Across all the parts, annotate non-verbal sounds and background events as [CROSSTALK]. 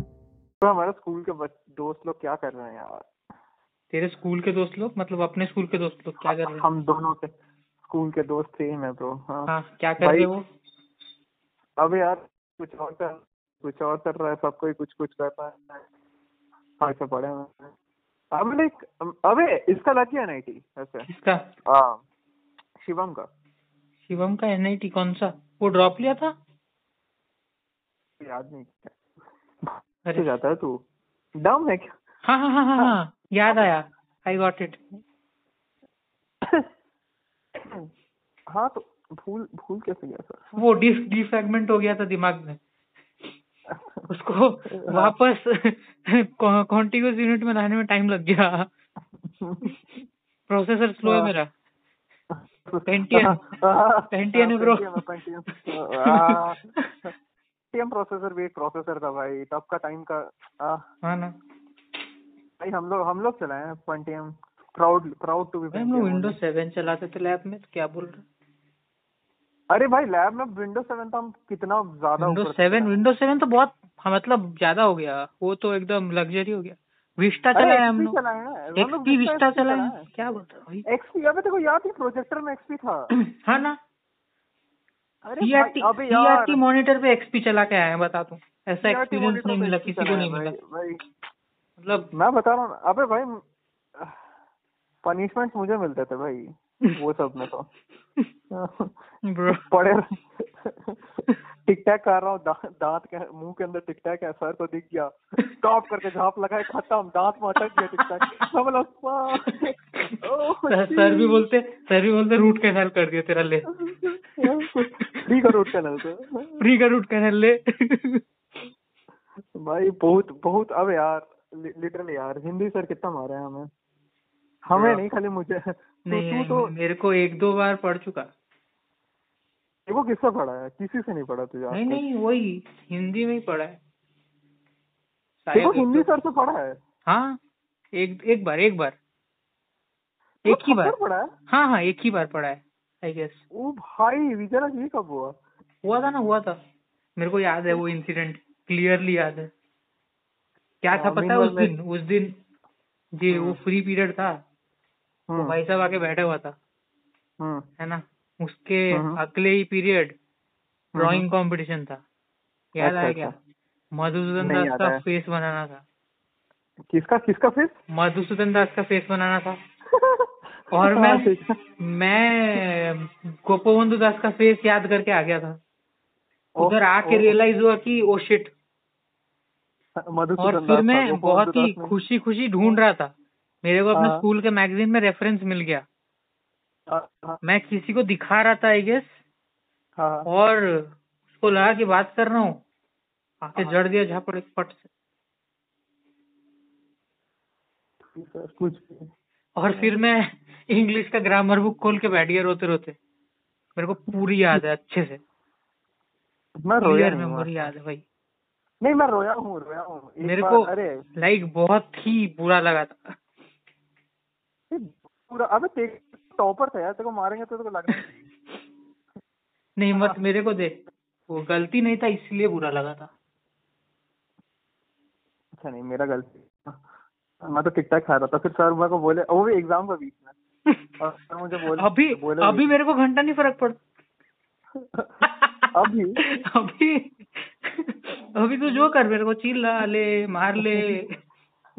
तो हमारा स्कूल के बच, दोस्त लोग क्या कर रहे हैं यार तेरे स्कूल के दोस्त लोग मतलब अपने स्कूल के दोस्त लोग क्या कर रहे हैं हम दोनों के स्कूल के दोस्त सेम है ब्रो हाँ हाँ क्या कर रहे भाई- हैं वो अब यार कुछ और कर कुछ और कर रहा है सबको ही कुछ कुछ कर रहा है ऐसे पड़े हुए हैं। अब लाइक अबे इसका लग गया एनआईटी [LAUGHS] ऐसे किसका हाँ शिवम का शिवम का एनआईटी कौन सा वो ड्रॉप लिया था याद नहीं क्या अरे जाता है तू डम है क्या [COUGHS] हाँ हाँ हाँ हाँ हाँ याद आया आई गॉट इट हाँ तो भूल भूल कैसे गया [LAUGHS] सर [LAUGHS] वो डिस्क डिफ्रैगमेंट हो गया था दिमाग में उसको हाँ। वापस [LAUGHS] कॉन्टिग्यूस यूनिट में लाने में टाइम लग गया प्रोसेसर स्लो है हाँ। मेरा Pentium. [LAUGHS] Ah, Pentium है bro. हाँ। पेंटियन प्रोसेसर Ah, भी एक प्रोसेसर था भाई तब का टाइम का आ, [LAUGHS] हाँ ना भाई हम लोग हम लोग चलाए हैं Pentium proud proud to be भाई हम लोग विंडोज सेवन चलाते थे लैब में तो क्या बोल रहे अरे भाई लैब में विंडोज सेवन था हम कितना ज्यादा विंडोज ऊपर थे सेवन यार। विंडोज सेवन तो बहुत हाँ, मतलब ज्यादा हो गया वो तो एकदम लग्जरी हो गया विस्टा अरे चलाया हम XP लोग चलाए हैं। हम लोग एक्सपी विस्टा XP चलाया क्या बोल रहे हो भाई एक्सपी अबे तेरे को याद है प्रोजेक्टर में एक्सपी था हाँ ना अरे सीआरटी भाई, अबे यार सीआरटी मॉनिटर पे एक्सपी चला के आए हैं बता तू ऐसा CRT एक्सपीरियंस monitor नहीं पे मिला XP किसी को चलाया नहीं भाई, मिला भाई मतलब मैं बता रहा हूँ ना, अबे भाई पनिशमेंट मुझे मिलते थे भाई [LAUGHS] वो सब में तो ब्रो पड़े टिक टैक कर रहा हूँ दा, दांत के मुंह के अंदर टिक टैक है सर को दिख गया स्टॉप करके झाप लगाए खत्म दांत में अटक गया टिक टैक मैं बोला "Fuck, oh, सर भी shit." बोलते सर भी बोलते रूट कैनल कर दिया तेरा ले फ्री का रोड चैनल से फ्री का रूट कैनल ले तो भाई बहुत बहुत अब यार लिटरली यार हिंदी सर कितना मारा है हमें हमें Yeah. नहीं खाली मुझे तू- नहीं तू नहीं, तो मेरे को एक दो बार पढ़ चुका वो किससे पढ़ा है किसी से नहीं पढ़ा तुझे आज नहीं तक। नहीं वही हिंदी में ही पढ़ा है तेरे को शायद तो- हिंदी एक दो- सर से पढ़ा है हाँ एक एक बार एक बार वो एक ही बार थप्पड़ पढ़ा है हाँ हाँ एक ही बार पढ़ा है आई गेस ओ भाई विजयराज ये कब हुआ हुआ था ना हुआ था मेरे को याद है वो इंसिडेंट क्लियरली याद है क्या था हाँ, पता है उस meanwhile हाँ। दिन उस दिन जी वो फ्री पीरियड था हम्म, भाई साहब आके बैठा हुआ था हम्म, है ना उसके हम्म। अगले ही पीरियड ड्राइंग कंपटीशन था याद हाँ, अच्छा, आया क्या मधुसूदन नहीं दास याद का आया। फेस बनाना था किसका किसका फिर मधुसूदन दास का फेस बनाना था और हाँ, मैं ठीक है। मैं गोपोबंधु दास का फेस याद करके आ गया था ओ- उधर आके ओ- रियलाइज हुआ कि ओ शिट हाँ, मधुसूदन और दास फिर था, मैं गोपाल बहुत ही दास ने- खुशी खुशी ढूंढ रहा था मेरे को अपने हाँ। स्कूल के मैगजीन में रेफरेंस मिल गया हाँ, हाँ, मैं किसी को दिखा रहा था आई गेस हाँ, और उसको लगा कि बात कर रहा हूँ आके हाँ। जड़ दिया झापड़ एक पट से सर, हाँ, कुछ भी। और फिर मैं [LAUGHS] इंग्लिश का ग्रामर बुक खोल के बैठ गया रोते रोते मेरे को पूरी याद है अच्छे से मैं रोया क्लियर नहीं हूँ मेमोरी याद है भाई नहीं मैं रोया हूँ रोया हूँ एक मेरे बार- को अरे लाइक बहुत ही बुरा लगा था पूरा अबे तेरे टॉपर था यार तेरे को मारेंगे तो तेरे को लगना नहीं मत हाँ। मेरे को देख वो गलती नहीं था इसलिए बुरा लगा था अच्छा नहीं मेरा गलती मैं तो टिक टैक खा रहा था फिर सर मेरे को बोले वो भी एग्जाम के बीच में और सर मुझे बोले अभी बोले अभी मेरे को घंटा नहीं फर्क पड़ता अभी? अभी अभी तो जो कर मेरे को चिल्ला ले मार ले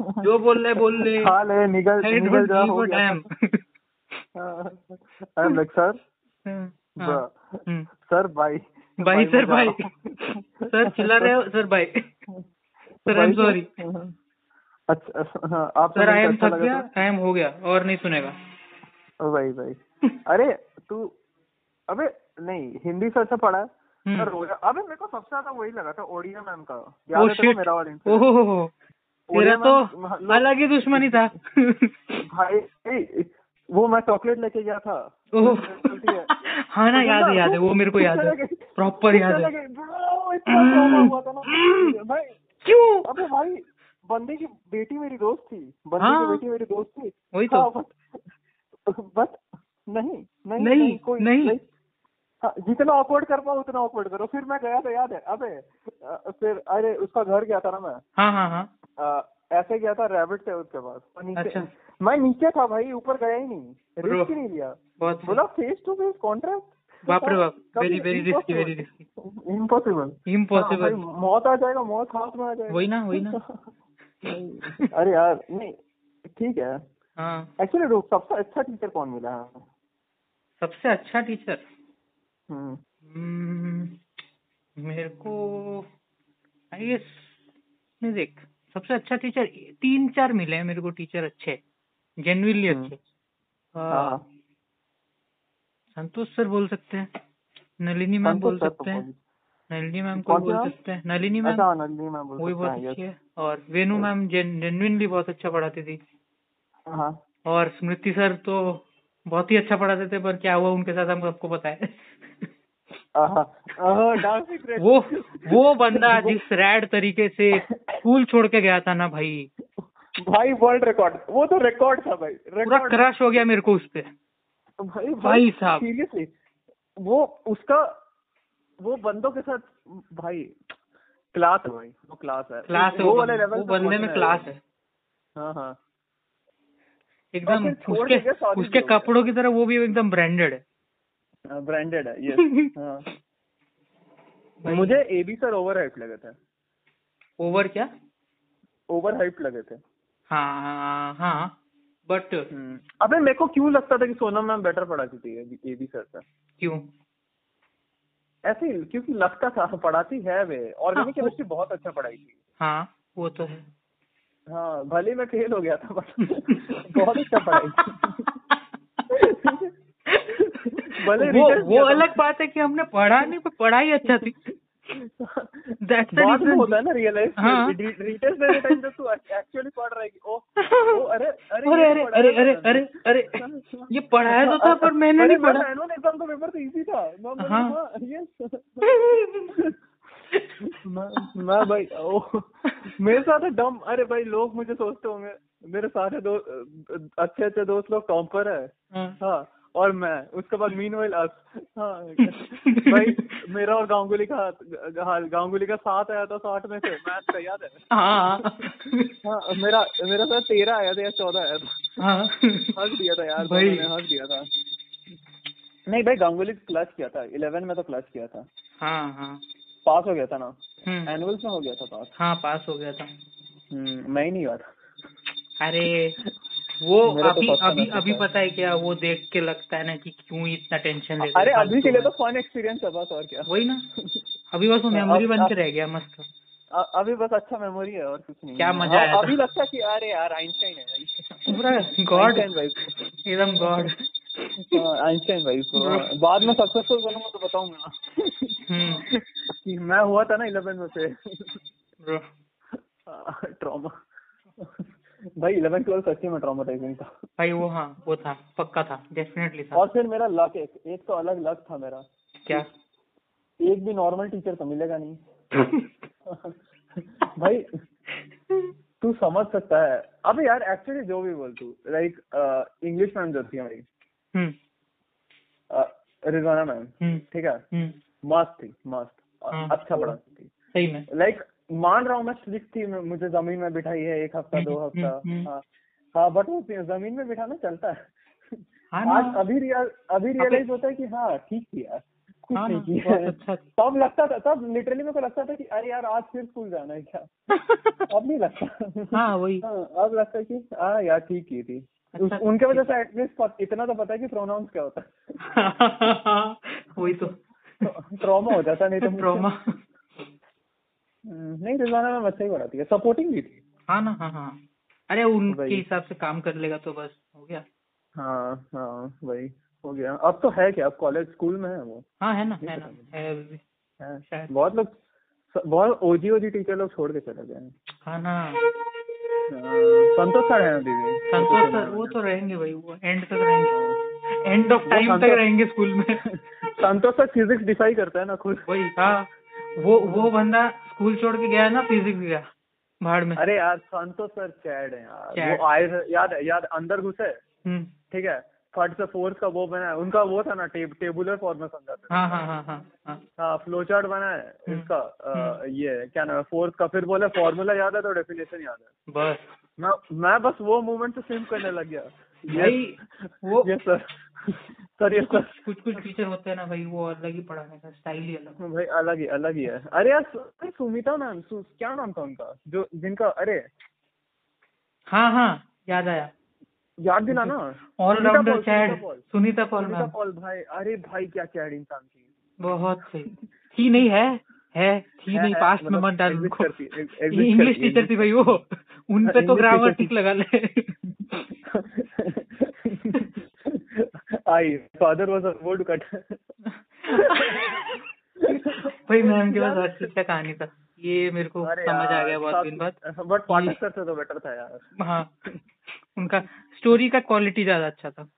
[LAUGHS] जो बोल रहे बोल [LAUGHS] ले खा ले हाँ, निकल It निकल would जा give हो a गया damn. I am like sir हाँ, हम्म। सर बाय भाई सर मैं भाई जा रहा हूँ। सर चिल्ला [LAUGHS] रहे हो सर भाई सर भाई आई एम सॉरी अच्छा हाँ, आप सर आई एम अच्छा थक लगा गया आई एम हो गया और नहीं सुनेगा तो- वही वही अरे तू अबे नहीं हिंदी से अच्छा पढ़ा है हम्म। मैं रोया अबे मेरे को सबसे ज्यादा वही लगा था ओडिया मैम का याद ओ है तेरे को शिट मेरा वाला incident? ओहो Oh, ओडिया तेरा मैम, हाँ, तो लो- अलग ही दुश्मनी था भाई ए, वो मैं चॉकलेट लेके गया था ओह [LAUGHS] गलती है। हाँ ना याद है याद है वो मेरे को याद है प्रॉपर याद है हम्म। है भाई क्यों अबे भाई बंदे की बेटी मेरी दोस्त थी बंदे हाँ। की बेटी मेरी दोस्त थी हाँ, वही तो बट नहीं नहीं नहीं, कोई नहीं। हाँ, जितना ऑकवर्ड कर पाओ उतना ऑकवर्ड करो फिर मैं गया था याद है अबे अ, फिर अरे उसका घर गया था ना मैं हाँ हाँ हाँ अ, ऐसे गया था रैबिट थे उसके पास तो नीचे अच्छा मैं नीचे था भाई ऊपर गया ही नहीं Bro. रिस्क ही नहीं लिया बहुत बोला फेस टू फेस कॉन्ट्रैक्ट [LAUGHS] बाप रे बाप very very risky very risky impossible impossible हाँ, मौत आ जाएगा मौत हाथ में आ जाएगा वही ना वही ना नहीं, [LAUGHS] अरे यार नहीं ठीक है [LAUGHS] हाँ एक्चुअली रुक सबसे अच्छा टीचर कौन मिला है सबसे अच्छा टीचर हम्म, मेरे को आई गेस नहीं देख सबसे अच्छा टीचर तीन चार मिले हैं मेरे को टीचर अच्छे जेन्युइनली हम्म। अच्छे अ, हाँ, संतोष सर बोल सकते हैं नलिनी मैम संतोष बोल सर तो सकते हैं बोल- नलिनी मैम को कौन बोल सा? सकते हैं नलिनी मैम अच्छा नंदनी मैम बोल वही सकते बहुत हैं अच्छी yes. है और वेनु Yes. मैम जेन्युइनली बहुत अच्छा पढ़ाती थी हाँ और स्मृति सर तो बहुत ही अच्छा पढ़ाते थे पर क्या हुआ उनके साथ हम सबको पता है आहा, आहा, डांस इज ग्रेट वो वो बंदा [LAUGHS] जिस रैड तरीके से स्कूल छोड़ के गया था ना भाई भाई वर्ल्ड रिकॉर्ड वो तो रिकॉर्ड था भाई पूरा रिकॉर्ड क्रश हो गया मेरे को उस पे भाई भाई साहब। सीरियसली वो उसका वो बंदों के साथ भाई क्लास है भाई वो क्लास है क्लास है वो वो वाले बंदा। लेवल वो बंदे में क्लास है हाँ हाँ एकदम और फिर छोड़ उसके के गया शादी उसके भी हो गया। कपड़ों की तरह वो भी एकदम ब्रांडेड है ब्रांडेड हाँ, है [LAUGHS] यस हाँ भाई। मुझे एबी सर ओवर हाइप लगे थे ओवर क्या ओवर हाइप लगे थे हाँ हाँ बट हम्म। अबे मेरे को क्यों लगता था कि सोनम मैम बेटर पढ़ाती थी एबी सर से क्यों ऐसे ही, क्योंकि लगता था पढ़ाती है वे ऑर्गेनिक हाँ, वो- केमिस्ट्री बहुत अच्छा पढ़ाई थी हाँ वो तो है हाँ भले ही मैं फेल हो गया था [LAUGHS] बट बहुत अच्छा पढ़ाई थी भले वो result वो दिया था। अलग बात है कि हमने पढ़ा नहीं पर पढ़ाई अच्छा थी That's the बाद में difference. होता है ना रियलाइज हाँ। रिटेस्ट देने टाइम जब तू एक्चुअली पढ़ रही ओ ओ अरे अरे अरे ये अरे तो अरे पढ़ाया था अरे अरे मैंने। अरे ये पढ़ाया तो था पर मैंने अरे नहीं पढ़ा मैम, annual exam का पेपर तो इजी था मैं बोली, हाँ। हाँ yes। मैं मैं भाई ओ मेरे साथ है डम अरे भाई लोग मुझे सोचते होंगे मेरे सारे दो अच्छे अच्छे दोस्त लोग टॉपर है हाँ। हाँ और मैं उसके बाद मीन वाइल [LAUGHS] हाँ भाई मेरा और गांगुली का हाथ- हाल गांगुली का साथ आया था साठ में से मैथ का याद है हाँ हाँ मेरा मेरा सर तेरह आया था या चौदह आया था हाँ हक दिया था यार भाई। मैंने हक दिया था नहीं भाई गांगुली क्लच किया था इलेवन में तो क्लच किया था हाँ हाँ पास हो गया था ना हम्म, एनुअल्स में हो गया था पास हाँ पास हो गया था हम्म, मैं ही नहीं हुआ था अरे वो मेरा तो अभी पता अभी नहीं अभी पता। पता है क्या वो देख के लगता है ना कि क्यों इतना टेंशन लेते अरे हैं अभी के लिए तो फालतू फन एक्सपीरियंस है बस और क्या [LAUGHS] में। वही ना अभी बस वो हाँ, मेमोरी अब- बन के अब- रह गया मस्त अ- अभी बस अच्छा मेमोरी है और कुछ नहीं क्या है। मजा हाँ, आया था। अभी लगता है कि अरे यार आइंस्टाइन है भाई पूरा गॉड Einstein भाई एकदम गॉड हाँ, आइंस्टाइन भाई उसको हाँ, बाद में सक्सेसफुल बनूंगा तो बताऊंगा कि मैं हुआ था ना इलेवन में से ब्रो ट्रॉमा भाई इलेवन ट्वेल्व सच्ची में ट्रॉमाटाइजिंग था भाई वो हाँ वो था पक्का था डेफिनेटली था और फिर मेरा लक एक एक तो अलग लक था मेरा क्या एक भी नॉर्मल टीचर तो मिलेगा नहीं हम्म, भाई तू समझ सकता है अबे यार एक्चुअली जो भी बोल तू लाइक इंग्लिश मैम जो थी हमारी हम्म अ, रिजवाना मैम हम्म ठीक है हम्म मस्त थी मस्त अ- हाँ। अच्छा पढ़ाती थी सही में लाइक मान रहा हूँ मैं स्ट्रिक थी मैं- मुझे जमीन में बिठाई है एक हफ्ता दो हम्म, हफ्ता हम्म, हम्म। हाँ हाँ बट वो जमीन में बिठाना चलता है हाँ आज ना अभी रियल अभी रियलाइज होता है कि हाँ ठीक किया कुछ हाँ ना, नहीं किया बहुत अच्छा तब लगता था तब लिटरली मेरे को लगता था कि अरे यार आज फिर स्कूल जाना है क्या था। अब नहीं लगता हाँ वही हाँ, अब लगता है कि हाँ यार ठीक की थी उस, अच्छा उनके वजह से एटलीस्ट इतना तो पता है कि प्रोनाउंस क्या होता वही तो है ट्रॉमा हो जाता नहीं तो मुझसे- ट्रॉमा हम्म, नहीं रिजवाना मैम अच्छा ही पढ़ाती है सपोर्टिंग भी थी हाँ ना हाँ हाँ अरे उनके वही। हिसाब से काम कर लेगा तो बस हो गया हाँ हाँ वही हो गया अब तो है क्या अब कॉलेज स्कूल में है वो हाँ है ना ये है पता ना है अभी भी। है शायद। बहुत लोग बहुत ओजी ओजी टीचर लोग छोड़ के चले गए हैं हाँ ना तो हाँ, संतोष सर है अभी भी हाँ। संतोष सर वो तो रहेंगे भाई वो एंड तक रहेंगे एंड ऑफ वो टाइम तक संतोष- रहेंगे स्कूल में [LAUGHS] [LAUGHS] संतोष सर फिजिक्स डिसाइड करता है ना [LAUGHS] खुद वही हाँ वो वो बंदा स्कूल छोड़ के गया ना फिजिक्स गया भाड़ में अरे यार संतोष सर चैड है यार Chad। वो आए थे- याद है याद है, अंदर घुसे हम्म ठीक है थर्ड से फोर्थ का वो बना है उनका वो था ना टेब, टेबुलर फॉर्म में समझाते थे हाँ हाँ हाँ हाँ हाँ हाँ फ्लो चार्ट बना है हम्म, इसका अ, ये क्या नाम है फोर्थ का फिर बोले फॉर्मूला याद है तो डेफिनेशन याद है बस मैं मैं बस वो मूवमेंट से सिम करने लग गया भाई वो ये सर सर ये सर कुछ कुछ टीचर होते हैं ना भाई वो अलग ही पढ़ाने का स्टाइल ही अलग भाई अलग ही अलग ही है अरे यार सु- अरे सुमिता मैम सु, क्या नाम था उनका जो जिनका अरे हाँ हाँ याद आया याद दिला ना Sunita allrounder Paul, Chad Sunita Paul. Sunita Paul Sunita ma'am Paul भाई अरे भाई क्या चैड इंसान थी बहुत सही थी नहीं है है थी है, नहीं है, पास्ट में मतलब मत डाल exist उनको करती, ex- exist ये इंग्लिश करती, टीचर थी भाई वो उन पे तो English ग्रामर teacher ठीक लगा ले I father was a wood cut [LAUGHS] भाई मैम के पास हर चीज का कहानी था ये मेरे को समझ आ गया बहुत दिन बाद बट पाकिस्तान से तो बेटर था यार हाँ उनका स्टोरी का क्वालिटी ज्यादा अच्छा था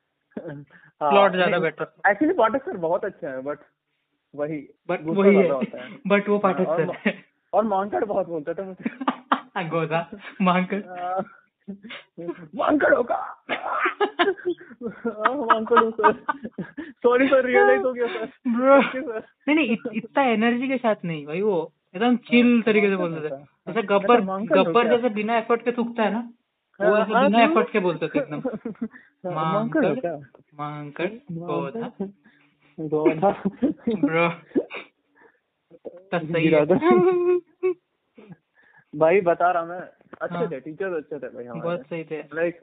प्लॉट ज्यादा बेटर था एक्चुअली हाँ, पाठक सर बहुत अच्छे हैं बट वही बट गुस्सा वही ज्यादा होता है है बट वो अच्छा हाँ, और पाठक सर और मांकड़ बहुत बोलते थे मुझे [LAUGHS] हाँ। है गोदा मांकर अह, मांकड़ होगा हाँ, Mankad sir sorry sir realise हो गया सर Bro. Okay, sir. नहीं नहीं इत- इतना एनर्जी के साथ नहीं भाई वो एकदम हाँ, चिल तरीके से बोलते थे जैसे गब्बर अच्छा, मांकड़ हो गब्बर क्या? जैसे बिना एफर्ट के थूकता है ना वो हाँ, ऐसे हाँ, बिना क्यों? एफर्ट के बोलते थे एकदम हाँ, मांकड़ हो क्या मांकर गोधा गोधा [LAUGHS] ब्रो [LAUGHS] तब सही है इरादा। [LAUGHS] भाई बता रहा मैं अच्छे हाँ। थे टीचर अच्छे थे भाई हमारे बहुत सही थे लाइक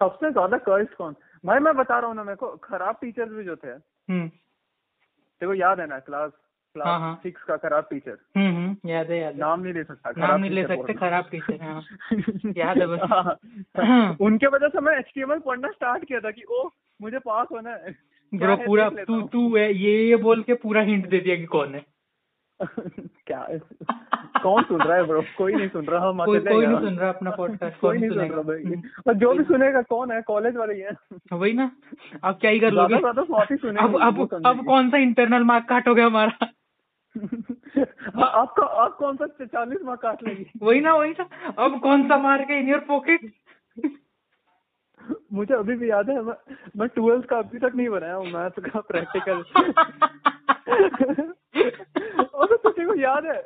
सबसे ज्यादा कर्स्ट कौन भाई मैं बता रहा हूँ ना मेरे को खराब टीचर्स भी जो थे हम्म देखो याद है ना क्लास हाँ, हाँ। क्लास सिक्स का खराब टीचर हम्म, हम्म याद है याद है नाम नहीं ले सकता नाम नहीं ले सकते खराब टीचर हाँ [LAUGHS] टीचर याद है बस। हाँ, हाँ। उनके वजह से मैं एचटीएमएल पढ़ना स्टार्ट किया था कि ओ मुझे पास होना है क्या ब्रो है, पूरा देख लेता तू हूँ। तू है, ये ये बोल के पूरा हिंट दे दिया कि कौन है [LAUGHS] क्या है? कौन सुन रहा है ब्रो कोई नहीं सुन रहा हम कोई अकेले कोई हैं नहीं यहाँ। सुन रहा अपना पॉडकास्ट कोई नहीं सुन रहा हम्म। भाई और जो भी सुनेगा कौन है कॉलेज वाले ही हैं वही ना अब क्या ही कर लोगे ज्यादा ज्यादा स्वाति सुनेगी अब अब वो अब समझेगी। [LAUGHS] कौन सा इंटरनल मार्क काटोगे हमारा हाँ, आपका आप कौन सा चालीस मार्क काट लेगी वही ना वही ना अब कौन सा मार्क है इन योर पॉकेट मुझे अभी भी याद है मैं मैं ट्वेल्थ का अभी तक नहीं बनाया हूँ मैथ का प्रैक्टिकल [LAUGHS] और तो तेरे को याद है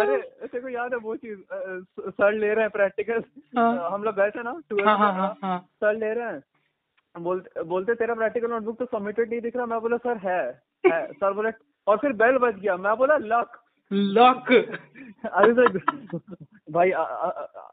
अरे तेरे को याद है वो चीज अ, अ, सर ले रहे हैं प्रैक्टिकल हाँ। हम लोग गए थे ना हाँ ट्वेल्थ हाँ हाँ हाँ सर ले रहे हैं बोलते बोलते तेरा प्रैक्टिकल नोटबुक तो सबमिटेड नहीं दिख रहा मैं बोला सर है, है सर बोले और फिर बेल बज गया मैं बोला लक लॉक अरे सर भाई आ- आ- आ- आ-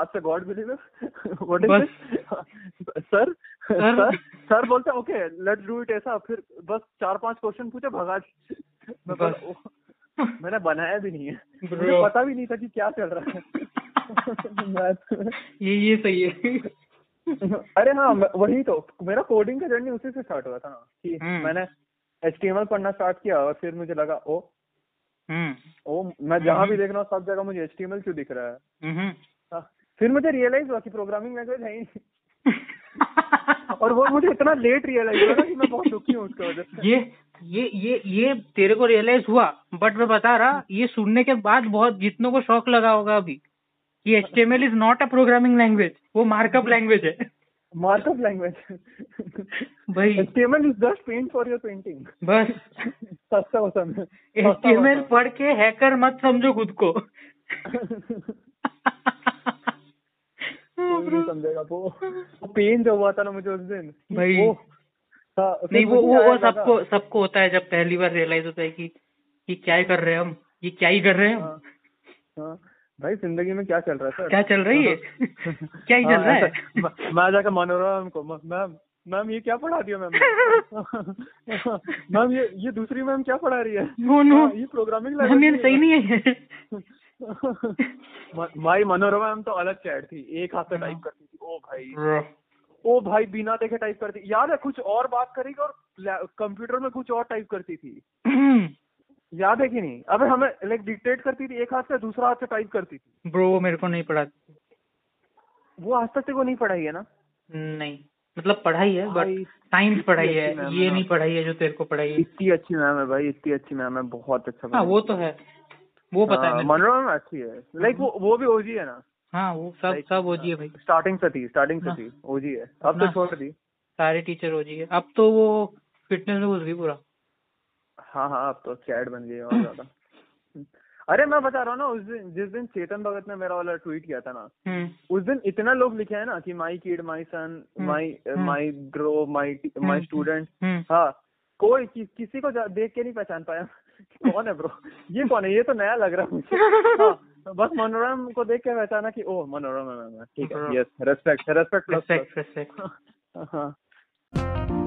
आज से गॉड बिलीवर व्हाट इज बस। दिस सर सर सर बोलते ओके लेट्स डू इट ऐसा फिर बस चार पांच क्वेश्चन पूछे भगा दिए। मैं बस। बोला, "ओह, मैंने बनाया भी नहीं है Bro. मुझे पता भी नहीं था कि क्या चल रहा [LAUGHS] है मैथ ये ये [LAUGHS] सही है अरे हाँ मैं- वही तो मेरा कोडिंग का जर्नी उसी से स्टार्ट हुआ था ना कि हम्म। मैंने एचटीएमएल पढ़ना स्टार्ट किया और फिर मुझे लगा ओ हम्म ओ मैं जहाँ भी हम्म। देख रहा हूँ सब जगह मुझे एचटीएमएल क्यों दिख रहा है हम्म। हाँ, फिर मुझे रियलाइज हुआ कि प्रोग्रामिंग लैंग्वेज है ही नहीं [LAUGHS] और वो मुझे इतना लेट रियलाइज हुआ ना कि मैं बहुत दुखी हूँ उसकी वजह [LAUGHS] से ये ये ये ये तेरे को रियलाइज हुआ बट मैं बता हाँ। रहा ये सुनने के बाद बहुत जितनों को शौक लगा होगा अभी कि HTML is not a programming language वो मार्कअप लैंग्वेज है मार्कअप [LAUGHS] लैंग्वेज भाई HTML is just paint for your painting बस [LAUGHS] सस्ता होता है सस्ता HTML पढ़ के हैकर मत समझो खुद [LAUGHS] को होता। हाँ, कोई bro. नहीं समझेगा वो वो पेन जो हुआ था ना मुझे उस दिन कि भाई। वो हाँ, फिर नहीं वो मुझे वो आया वो लगा, सबको सबको होता है जब पहली बार रियलाइज होता है कि ये क्या ही कर रहे हैं हम ये क्या ही कर रहे हैं हम हाँ, हाँ, भाई जिंदगी में क्या चल रहा है सर हाँ, क्या चल [LAUGHS] रही है [LAUGHS] क्या ही चल रहा है [LAUGHS] मैं जाकर मनोरमा मैम को "म- मैम मैम ये क्या पढ़ा दिया मैम ने?" मैम ये ये दूसरी मैम क्या पढ़ा रही है नो नो हाँ, ये प्रोग्रामिंग मैम ये सही नहीं है [LAUGHS] माई मनोरमा मैम तो अलग चैट थी एक हाथ से हाँ। टाइप करती थी ओ भाई ओ भाई बिना देखे टाइप करती याद है कुछ और बात करेगी और ला- कंप्यूटर में कुछ और टाइप करती थी याद है कि नहीं अबे हमें लाइक डिक्टेट करती थी एक हाथ से दूसरा हाथ से टाइप करती थी ब्रो वो मेरे को नहीं पढ़ा वो आज तक तेरे को नहीं पढ़ाई है ना नहीं मतलब पढ़ाई है बट भाई, साइंस पढ़ाई है अच्छी मैम है ये ना। नहीं पढ़ाई है जो तेरे को पढ़ाई है इतनी अच्छी मैम है भाई इतनी अच्छी मैम है हाँ, बहुत अच्छा हाँ वो तो है वो पता है मेरे को। मनोरमा मैम अच्छी है लाइक वो वो भी ओजी है ना हाँ वो सब Like, सब ओजी है भाई स्टार्टिंग से थी स्टार्टिंग से हाँ। थी ओजी है अब तो अपना- छोड़ दी सारे टीचर हो जाइए अब तो वो फिटनेस में घुस गई पूरा हाँ हाँ अब तो चैट बन गई और [CLEARS THROAT] ज्यादा अरे मैं बता रहा हूँ ना उस दिन जिस दिन चेतन भगत ने मेरा वाला ट्वीट किया था ना हम्म उस दिन इतना लोग लिखे है ना कि my kid my son hmm, my hmm, my grow my hmm, my student hmm हाँ कोई कि, किसी को जा- देख के नहीं पहचान पाया [LAUGHS] कौन है ब्रो ये कौन है ये तो नया लग रहा है मुझे हाँ, बस मनोरम को देख के पहचाना कि ओ मनोरम है, है है, ठीक है मनोरम। [LAUGHS] Yes respect respect respect respect हाँ